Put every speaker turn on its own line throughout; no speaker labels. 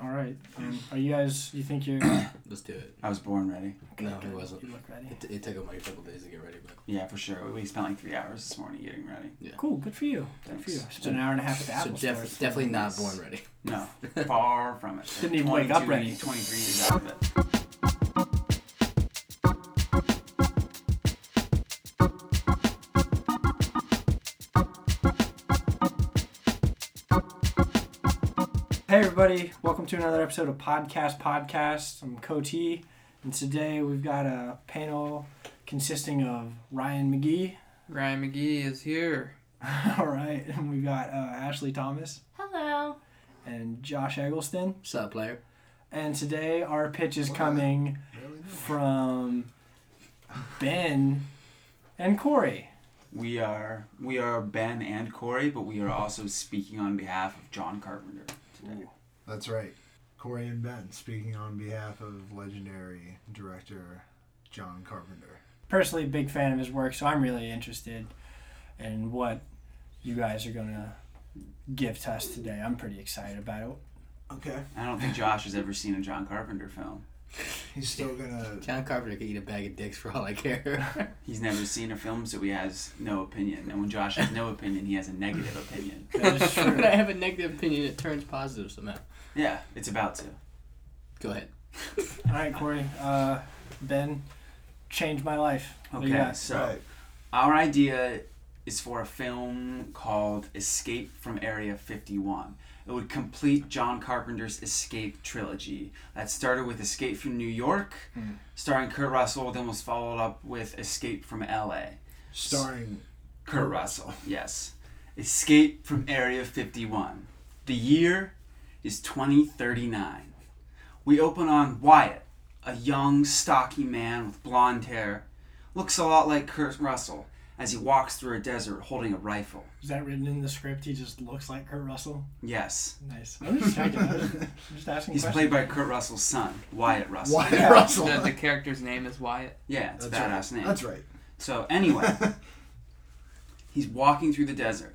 All right. Um, are you guys? You think you're?
Let's do it.
I was born ready.
No, he wasn't.
You look ready.
It, it took him like a couple days to get ready, but
Yeah, for sure. We spent like three hours this morning getting ready.
Cool. Good for you. Good for you.
Thanks.
Spent an hour and a half at the
so
Apple
def-
Store.
definitely not born ready.
No, far from it.
Didn't even wake up
22,
ready.
Twenty-three years out of it.
Hey everybody! Welcome to another episode of Podcast Podcast. I'm Coti, and today we've got a panel consisting of Ryan McGee.
Ryan McGee is here.
All right, and we've got uh, Ashley Thomas
Hello.
and Josh Eggleston.
What's up, player?
And today our pitch is coming from Ben and Corey.
We are we are Ben and Corey, but we are also speaking on behalf of John Carpenter today.
That's right. Corey and Ben speaking on behalf of legendary director John Carpenter.
personally a big fan of his work, so I'm really interested in what you guys are gonna give to us today. I'm pretty excited about it.
Okay.
I don't think Josh has ever seen a John Carpenter film.
He's still gonna.
John Carpenter could eat a bag of dicks for all I care.
He's never seen a film, so he has no opinion. And when Josh has no opinion, he has a negative opinion.
That is
when I
true.
have a negative opinion, it turns positive somehow.
Yeah, it's about to.
Go ahead.
All right, Corey. Uh, ben changed my life. What do you
Okay,
got?
so our idea is for a film called Escape from Area 51. It would complete John Carpenter's Escape trilogy. That started with Escape from New York, starring Kurt Russell, then was followed up with Escape from LA.
Starring.
Kurt Russell, yes. Escape from Area 51. The year is 2039. We open on Wyatt, a young, stocky man with blonde hair. Looks a lot like Kurt Russell as he walks through a desert holding a rifle.
Is that written in the script? He just looks like Kurt Russell.
Yes.
Nice. I'm just, checking. I'm just asking
He's
questions.
played by Kurt Russell's son, Wyatt Russell.
Wyatt
Yeah.
Russell.
The, the character's name is Wyatt.
Yeah, it's
That's
a badass
right.
name.
That's right.
So anyway, he's walking through the desert,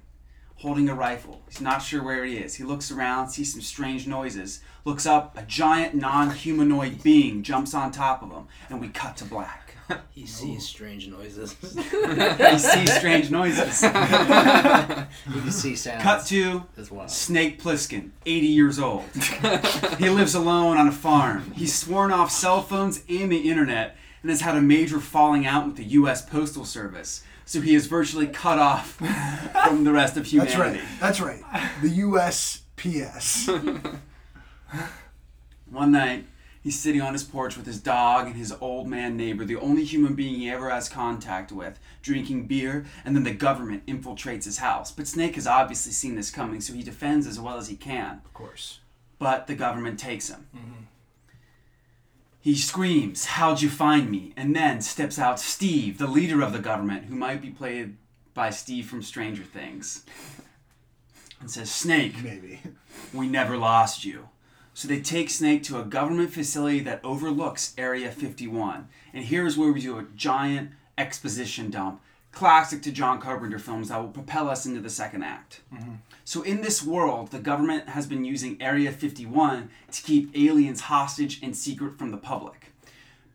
holding a rifle. He's not sure where he is. He looks around, sees some strange noises, looks up, a giant non-humanoid being jumps on top of him, and we cut to black.
He sees strange noises.
he sees strange noises.
You can see sounds.
Cut to
That's wild.
Snake Plissken, 80 years old. he lives alone on a farm. He's sworn off cell phones and the internet and has had a major falling out with the U.S. Postal Service. So he is virtually cut off from the rest of
That's
humanity.
right. That's right. The USPS.
One night, he's sitting on his porch with his dog and his old man neighbor, the only human being he ever has contact with, drinking beer, and then the government infiltrates his house. But Snake has obviously seen this coming, so he defends as well as he can.
Of course.
But the government takes him. He screams, How'd you find me? And then steps out Steve, the leader of the government, who might be played by Steve from Stranger Things, and says, Snake,
Maybe.
we never lost you. So they take Snake to a government facility that overlooks Area 51. And here's where we do a giant exposition dump, classic to John Carpenter films that will propel us into the second act. So in this world, the government has been using Area 51 to keep aliens hostage and secret from the public.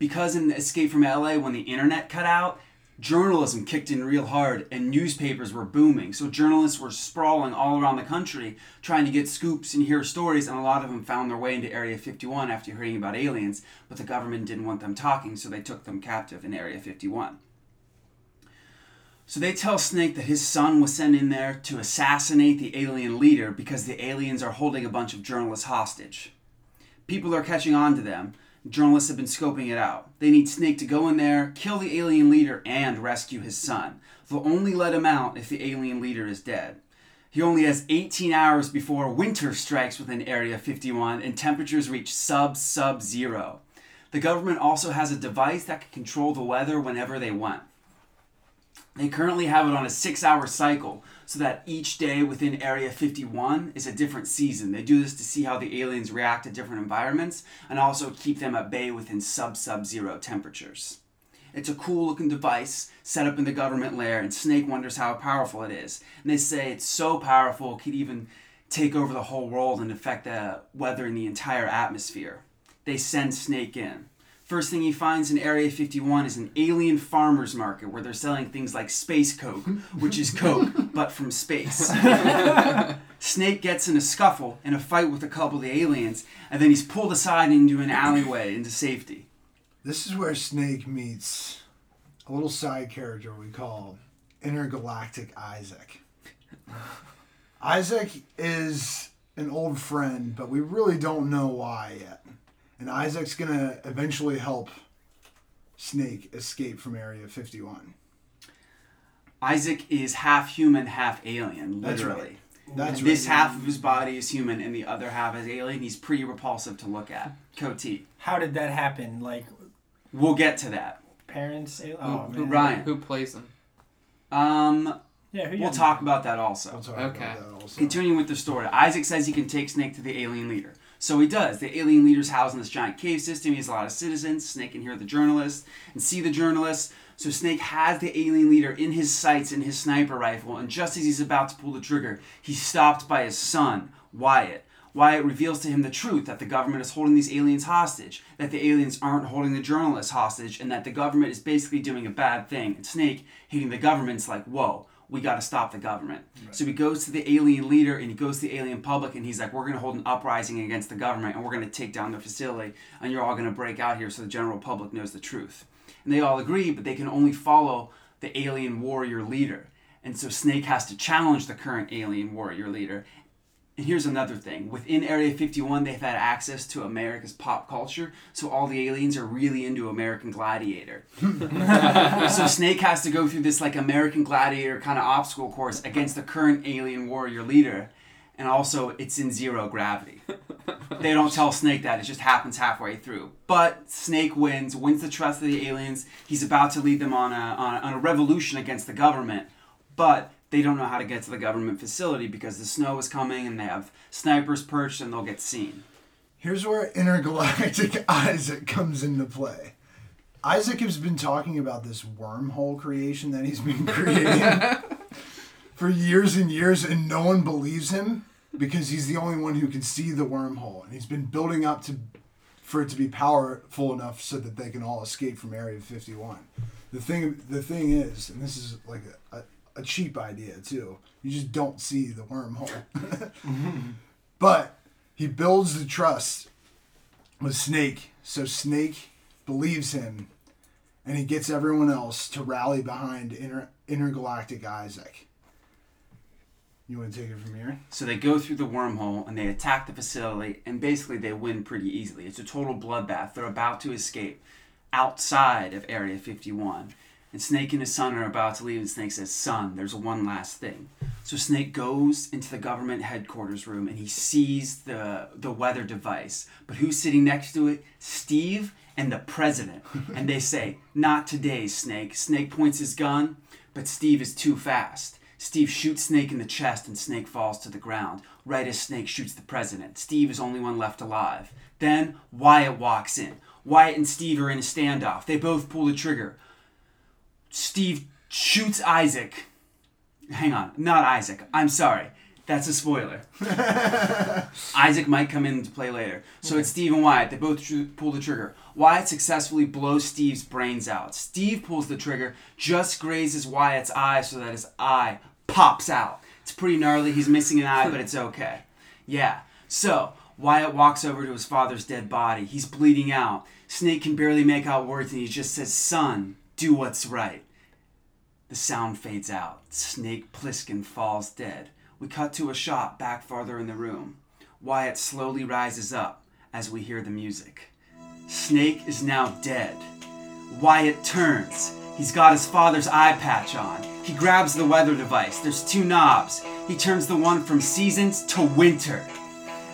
Because in Escape from LA, when the internet cut out, journalism kicked in real hard and newspapers were booming. So journalists were sprawling all around the country trying to get scoops and hear stories, and a lot of them found their way into Area 51 after hearing about aliens, but the government didn't want them talking, so they took them captive in Area 51. So they tell Snake that his son was sent in there to assassinate the alien leader because the aliens are holding a bunch of journalists hostage. People are catching on to them. Journalists have been scoping it out. They need Snake to go in there, kill the alien leader, and rescue his son. They'll only let him out if the alien leader is dead. He only has 18 hours before winter strikes within Area 51 and temperatures reach sub sub zero. The government also has a device that can control the weather whenever they want. They currently have it on a six hour cycle so that each day within Area 51 is a different season. They do this to see how the aliens react to different environments and also keep them at bay within sub sub zero temperatures. It's a cool looking device set up in the government lair, and Snake wonders how powerful it is. And they say it's so powerful it could even take over the whole world and affect the weather in the entire atmosphere. They send Snake in. First thing he finds in Area 51 is an alien farmer's market where they're selling things like space coke, which is coke, but from space. Snake gets in a scuffle and a fight with a couple of the aliens, and then he's pulled aside into an alleyway into safety.
This is where Snake meets a little side character we call Intergalactic Isaac. Isaac is an old friend, but we really don't know why yet. And Isaac's going to eventually help Snake escape from Area 51.
Isaac is half human, half alien,
That's
literally.
right. That's
this
right.
half of his body is human and the other half is alien. He's pretty repulsive to look at. Coty.
How did that happen? Like
We'll get to that.
parents?
Who-
Oh
who,
man.
Ryan.
Who plays him?
Um,
Yeah. Who you
we'll talk about that also.
We'll talk
Okay.
about that also.
Continuing with the story, Isaac says he can take Snake to the alien leader. So he does. The alien leader's housed in this giant cave system. He has a lot of citizens. Snake can hear the journalists and see the journalists. So Snake has the alien leader in his sights in his sniper rifle, and just as he's about to pull the trigger, he's stopped by his son, Wyatt. Wyatt reveals to him the truth that the government is holding these aliens hostage, that the aliens aren't holding the journalists hostage, and that the government is basically doing a bad thing. And Snake, hating the government's like, whoa, we got to stop the government. So he goes to the alien leader and he goes to the alien public and he's like, we're going to hold an uprising against the government and we're going to take down their facility and you're all going to break out here so the general public knows the truth. And they all agree, but they can only follow the alien warrior leader. And so Snake has to challenge the current alien warrior leader and here's another thing. Within Area 51, they've had access to America's pop culture, so all the aliens are really into American Gladiator. so Snake has to go through this like American Gladiator kind of obstacle course against the current alien warrior leader, and also it's in zero gravity. They don't tell Snake that, it just happens halfway through. But Snake wins, wins the trust of the aliens. He's about to lead them on a, on a, on a revolution against the government but they don't know how to get to the government facility because the snow is coming and they have snipers perched and they'll get seen.
Here's where intergalactic Isaac comes into play. Isaac has been talking about this wormhole creation that he's been creating for years and years, and no one believes him because he's the only one who can see the wormhole. And he's been building up to for it to be powerful enough so that they can all escape from Area 51. The thing, the thing is, and this is like a, a, a cheap idea too. You just don't see the wormhole. But he builds the trust with Snake, so Snake believes him, and he gets everyone else to rally behind inter- intergalactic Isaac. You want to take it from here?
So they go through the wormhole and they attack the facility and basically they win pretty easily. It's a total bloodbath. They're about to escape outside of Area 51. And Snake and his son are about to leave and Snake says, "Son, there's one last thing." So Snake goes into the government headquarters room and he sees the the weather device. But who's sitting next to it? Steve and the president. and they say, Not today, Snake. Snake points his gun, but Steve is too fast. Steve shoots Snake in the chest and Snake falls to the ground, right as Snake shoots the president. Steve is only one left alive. Then Wyatt walks in. Wyatt and Steve are in a standoff. They both pull the trigger. Steve shoots Isaac. Hang on, not Isaac. I'm sorry. That's a spoiler. Isaac might come into play later. So it's Steve and Wyatt. They both tr- pull the trigger. Wyatt successfully blows Steve's brains out. Steve pulls the trigger, just grazes Wyatt's eye so that his eye pops out. It's pretty gnarly. He's missing an eye, but it's okay. Yeah. So Wyatt walks over to his father's dead body. He's bleeding out. Snake can barely make out words, and he just says, "Son, do what's right." The sound fades out. Snake Plissken falls dead. We cut to a shot back farther in the room. Wyatt slowly rises up as we hear the music. Snake is now dead. Wyatt turns. He's got his father's eye patch on. He grabs the weather device. There's two knobs. He turns the one from seasons to winter.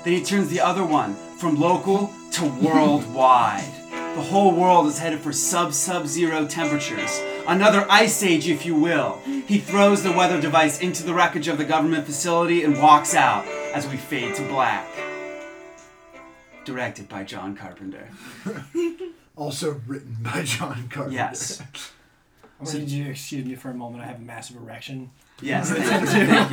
Then he turns the other one from local to worldwide. the whole world is headed for sub sub zero temperatures. Another ice age, if you will. He throws the weather device into the wreckage of the government facility and walks out as we fade to black. Directed by John Carpenter.
Also written by John Carpenter.
Yes.
Or did you excuse me for a moment? I have a massive erection.
Yes. thank you, thank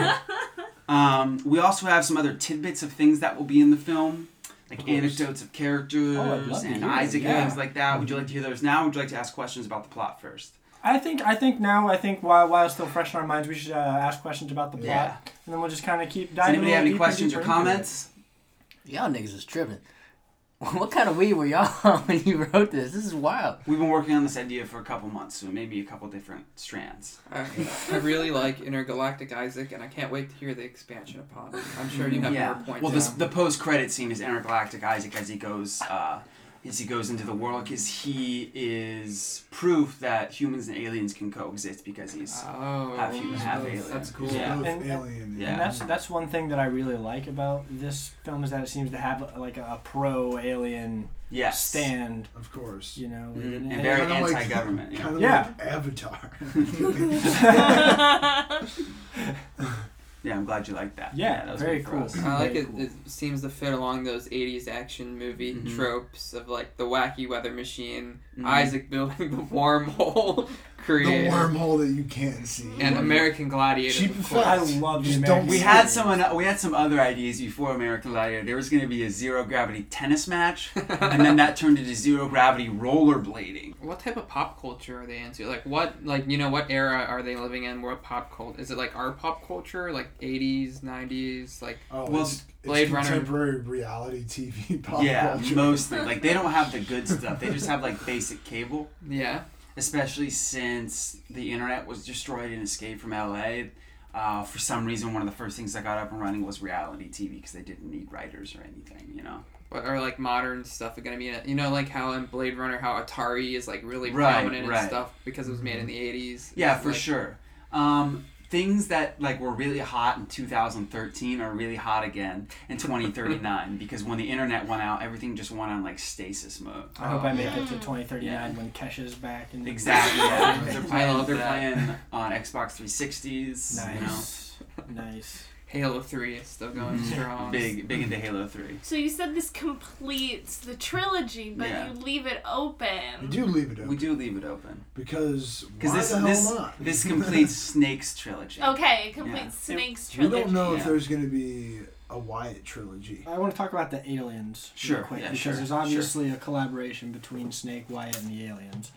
you. Um, we also have some other tidbits of things that will be in the film, like anecdotes of characters
Oh, I'd love to
and
hear
Isaac
them, yeah.
and things like that. Would you like to hear those now? Or would you like to ask questions about the plot first?
I think I think now I think while while it's still fresh in our minds, we should uh, ask questions about the plot,
Yeah.
and then we'll just kind of keep
Does
diving.
anybody
a
have
little
any
deeper and
questions or
deeper into it.
comments?
Y'all niggas is tripping. What kind of weed were y'all on when you wrote this? This is wild.
We've been working on this idea for a couple months, so maybe a couple different strands.
I, I really like Intergalactic Isaac, and I can't wait to hear the expansion upon it. I'm sure you have
yeah.
more points.
well, this,
out.
the post-credit scene is intergalactic Isaac as he goes uh, as he goes into the world because he is proof that humans and aliens can coexist because he's
oh,
half human, half alien.
that's cool.
Yeah.
Both
And-
alien.
Yeah.
And that's that's one thing that I really like about this film is that it seems to have like a, pro alien
Yes.
stand,
Of course.
you know.
Mhm.
and-
And very
Kinda like-
anti-government. yeah.
Kind of
Yeah.
like Avatar.
Yeah, I'm glad you like that.
Yeah,
that was
very
good for
cool.
us.
I like
Very
it. It seems to fit along those '80s action movie
Mhm.
tropes of like the wacky weather machine,
Mhm.
Isaac building the wormhole,
the
creator,
wormhole that you can't see.
and American Gladiator.
Cheap
of
I
course.
love the
Just
American.
don't-
We had someone. We had some other ideas before American Gladiator. There was going to be a zero gravity tennis match, and then that turned into zero gravity rollerblading.
What type of pop culture are they into? Like what, like you know, what era are they living in? What pop cult? Is it like our pop culture, like '80s, '90s, like
Oh,
Well,
it's,
Blade
it's
Runner-
contemporary reality TV
Oh,
pop
yeah,
culture.
mostly. Like they don't have the good stuff. They just have like basic cable.
yeah?
Especially since the internet was destroyed in Escape from LA. Uh, for some reason, one of the first things that got up and running was reality TV because they didn't need writers or anything. You know.
What are like modern stuff going to be in it? You know, like how in Blade Runner, how Atari is like really
Right,
prominent
right. Mm-hmm.
and stuff because it was made in the '80s.
Yeah,
It's
for
like-
sure. Um, things that like were really hot in 2013 are really hot again in 2039 because when the internet went out, everything just went on like stasis mode.
I hope I make
Yeah.
it to 2039 when Kesha's back. And
Exactly. yeah. They're
I
playing.
love
They're
that.
playing on Xbox 360s. You know,
Nice. Nice.
Halo Three is still going strong.
Mm-hmm. big, big into Halo 3.
So you said this completes the trilogy, but
Yeah.
you leave it
We
open.
do leave it
We
open
do leave it open
because
because
why
this
the hell
this
not?
this completes Snake's trilogy.
Okay, it completes
Yeah.
Snake's
we
trilogy.
don't know if
Yeah.
there's going to be a Wyatt trilogy.
I want to talk about the aliens
Sure,
real quick
yeah,
because
sure,
there's obviously a collaboration between Snake Wyatt and the aliens,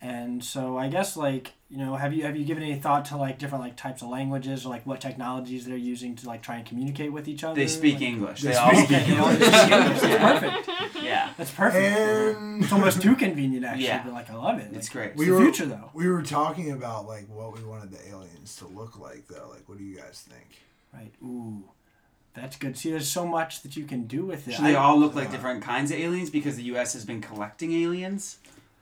and so I guess like you know have you have you given any thought to like different like types of languages or like what technologies they're using to like try and communicate with each other?
They speak
Like-
English.
They
They, all
speak
speak
Okay, you know,
English.
it's just English. That's
yeah.
perfect.
yeah,
That's perfect.
And
it's almost too convenient actually,
Yeah.
but like I love it.
it's
Like,
great.
it's
We
the
were-
future though.
we were talking about like what we wanted the aliens to look like though. Like, what do you guys think?
Right. Ooh. That's good. See, there's so much that you can do with it.
So they
I-
all look like different kinds of aliens because the U.S. has been collecting aliens.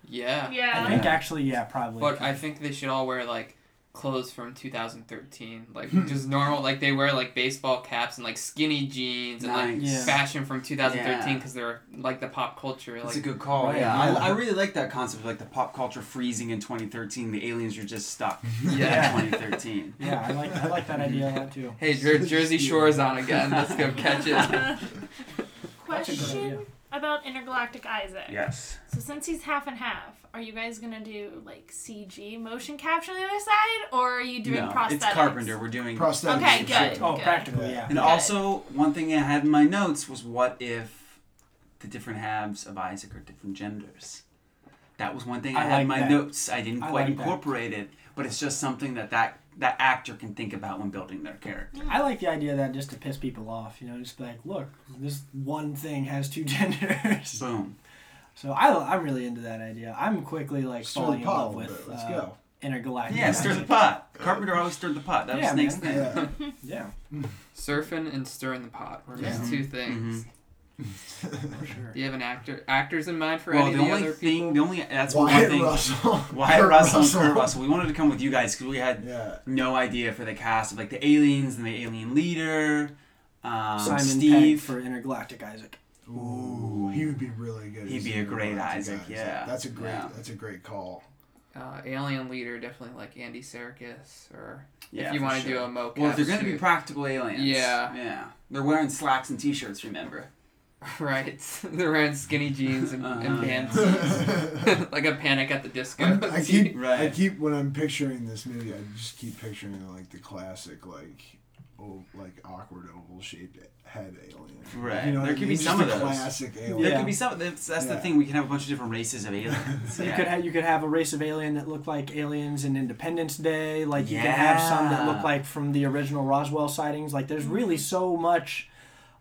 Yeah.
I
Yeah.
think actually, yeah, probably.
But I think they should all wear like clothes from 2013, like
Hmm.
just normal. Like they wear like baseball caps and like skinny jeans and like
Nice.
Yeah.
fashion from 2013
Yeah.
because they're like the pop culture.
That's
Like
a good call.
Right.
Yeah,
Yeah.
I, I really like that concept, like the pop culture freezing in 2013. The aliens are just stuck
Yeah.
in 2013.
yeah, I like I like that idea a lot too.
hey, Jer- Jersey Shore's on again. Let's go catch it.
That's a good idea.
Question about intergalactic Isaac.
Yes.
So since he's half and half, are you guys gonna do like CG motion capture on the other side, or are you doing
no,
prosthetics?
it's Carpenter. We're doing.
Prosthetics.
Okay,
for
good.
sure.
Oh, practical, yeah.
and
Okay.
also, one thing I had in my notes was what if the different halves of Isaac are different genders? That was one thing I,
I
had
like
in my
that.
notes. I didn't
I
quite
like that.
incorporate it, but it's just something that, that that actor can think about when building their character.
I like the idea of that just to piss people off, you know, just be like, look, this one thing has two genders.
Boom.
So I, I'm really into that idea. I'm quickly like
Stir
falling
the
in
pot a
love
little
with
bit. Let's
uh,
go.
intergalactic.
Yeah, stir the
magic.
pot. Carpenter always stirred the pot. That was
Yeah,
Snake's
man.
thing.
Yeah.
Yeah,
Surfing and stirring the pot were
Yeah.
these two
Mm-hmm.
things.
for sure.
Do you have an actor actors in mind for
well,
any
the
of the
only
other
thing,
people?
the only that's one
Wyatt
thing.
Russell.
Wyatt Russell, and Kurt Russell. We wanted to come with you guys because we had
Yeah.
no idea for the cast of like the aliens and the alien leader, um,
Simon
Steve.
Pegg for intergalactic Isaac.
Ooh, he would be really good.
He'd
as
be
the
a great
Intergalactic
Isaac, yeah.
That's a great.
Yeah.
That's a great call.
Uh, alien leader, definitely like Andy Serkis, or
Yeah,
if you
for
want to
sure.
do a mocap.
well, if they're going to be
suit.
practical aliens.
Yeah.
yeah. They're wearing slacks and t-shirts. Remember?
right, they're wearing skinny jeans and,
Uh-huh.
and pants. like a panic at the disco.
I'm- I keep. I
Right.
keep when I'm picturing this movie. I just keep picturing like the classic like o- like awkward oval shaped head alien.
Right.
You know what
There
I
could be
mean? Just
some of
a
those.
classic alien.
There
Yeah.
could be some. That's, that's the
Yeah.
thing. We can have a bunch of different races of aliens.
You
Yeah.
could ha- you could have a race of alien that look like aliens in Independence Day. Like you could have some that
Yeah. Mm.
look like from the original Roswell sightings. Like there's really so much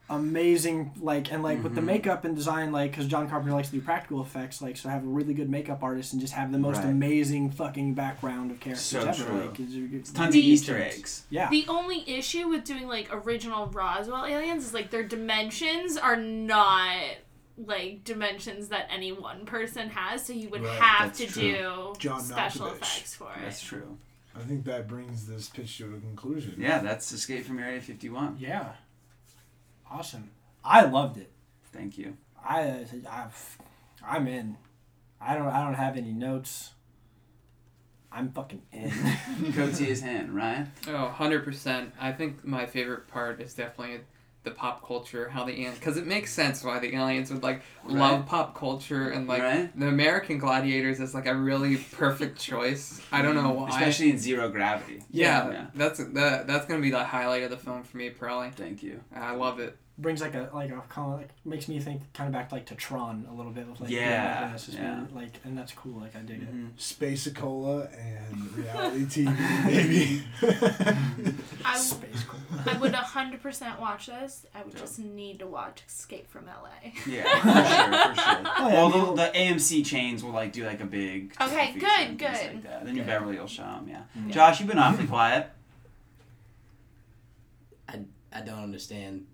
amazing like and like
Mm-hmm.
with the makeup and design like because John Carpenter likes to do practical effects like so have a really good makeup artist and just have the most
Right.
amazing fucking background of characters
So
ever.
true.
Like, it's, it's
Tons
The-
of Easter eggs.
Yeah.
The only issue with doing like original Roswell aliens is like their dimensions are not like dimensions that any one person has, so you would
Right,
have
that's
to
true.
do
John
special
Malkovich.
effects for
That's
it.
true.
I think that brings this pitch to a conclusion.
Yeah, that's Escape from Area 51.
Yeah. Awesome. I loved it.
Thank you.
I I I'm in. I don't I don't have any notes. I'm fucking in.
Goatee is in, Ryan.
Oh, 100%. I think my favorite part is definitely the pop culture, how the aliens, because it makes sense why the aliens would like love pop culture and like
Right.
the American Gladiators is like a really perfect choice. I don't know why.
Especially in Zero Gravity.
yeah,
Yeah.
that's that, that's gonna be the highlight of the film for me probably.
Thank you.
I love it.
Brings like a like a kind of like makes me think kind of back like to Tron a little bit with like the
Yeah,
blackness, it's
yeah. Mm-hmm.
been, like and that's cool like I dig it.
Space-a-cola and reality TV, maybe.
I, w-
Space cool.
I would 100% watch this. I would just need to watch Escape from LA.
Yeah, for sure, for sure.
Oh, yeah,
well,
I mean-
the, the AMC chains will like do like a big.
Okay,
feature
good,
and things
good.
Like that. Then your
Yeah.
Beverly will show 'em, Yeah.
Yeah.
Josh, you've been awfully quiet.
I don't understand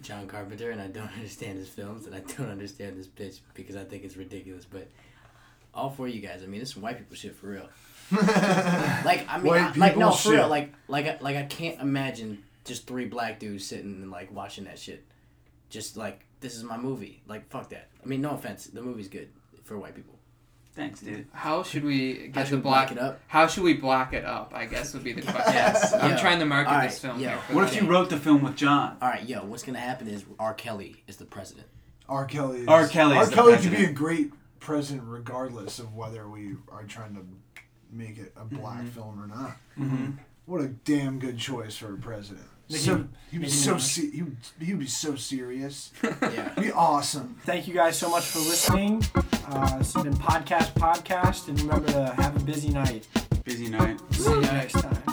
John Carpenter and I don't understand his films and I don't understand this pitch because I think it's ridiculous. But all four of you guys, I mean, this is some white people shit for real. Like I mean,
White
I- like no,
people
for real,
shit.
like like I- like I can't imagine just three black dudes sitting and like watching that shit. Just like this is my movie. Like fuck that. I mean, no offense, the movie's good for white people.
Thanks, dude.
How should we
How
get
should
the
we black
black?
it up?
How should we black it up? I guess would be the question.
Yes.
I'm
Yeah.
trying to market
Alright,
this film.
yeah.
here for
What
the-
if you wrote the film with John?
All right, yo, what's gonna happen is R. Kelly is the president.
R. Kelly. Is,
R. Kelly
R.
is the
Kelly could be a
president.
great president, regardless of whether we are trying to make it a black
Mm-hmm.
film or not. What a damn good choice for a president.
Nicki-
so he'd be
Nicki
so
Minaj.
se- he would, he would be so serious.
Yeah.
It'd be awesome.
Thank you guys so much for listening. Uh, this has been podcast podcast and remember to have a busy night.
Busy night.
See you next time.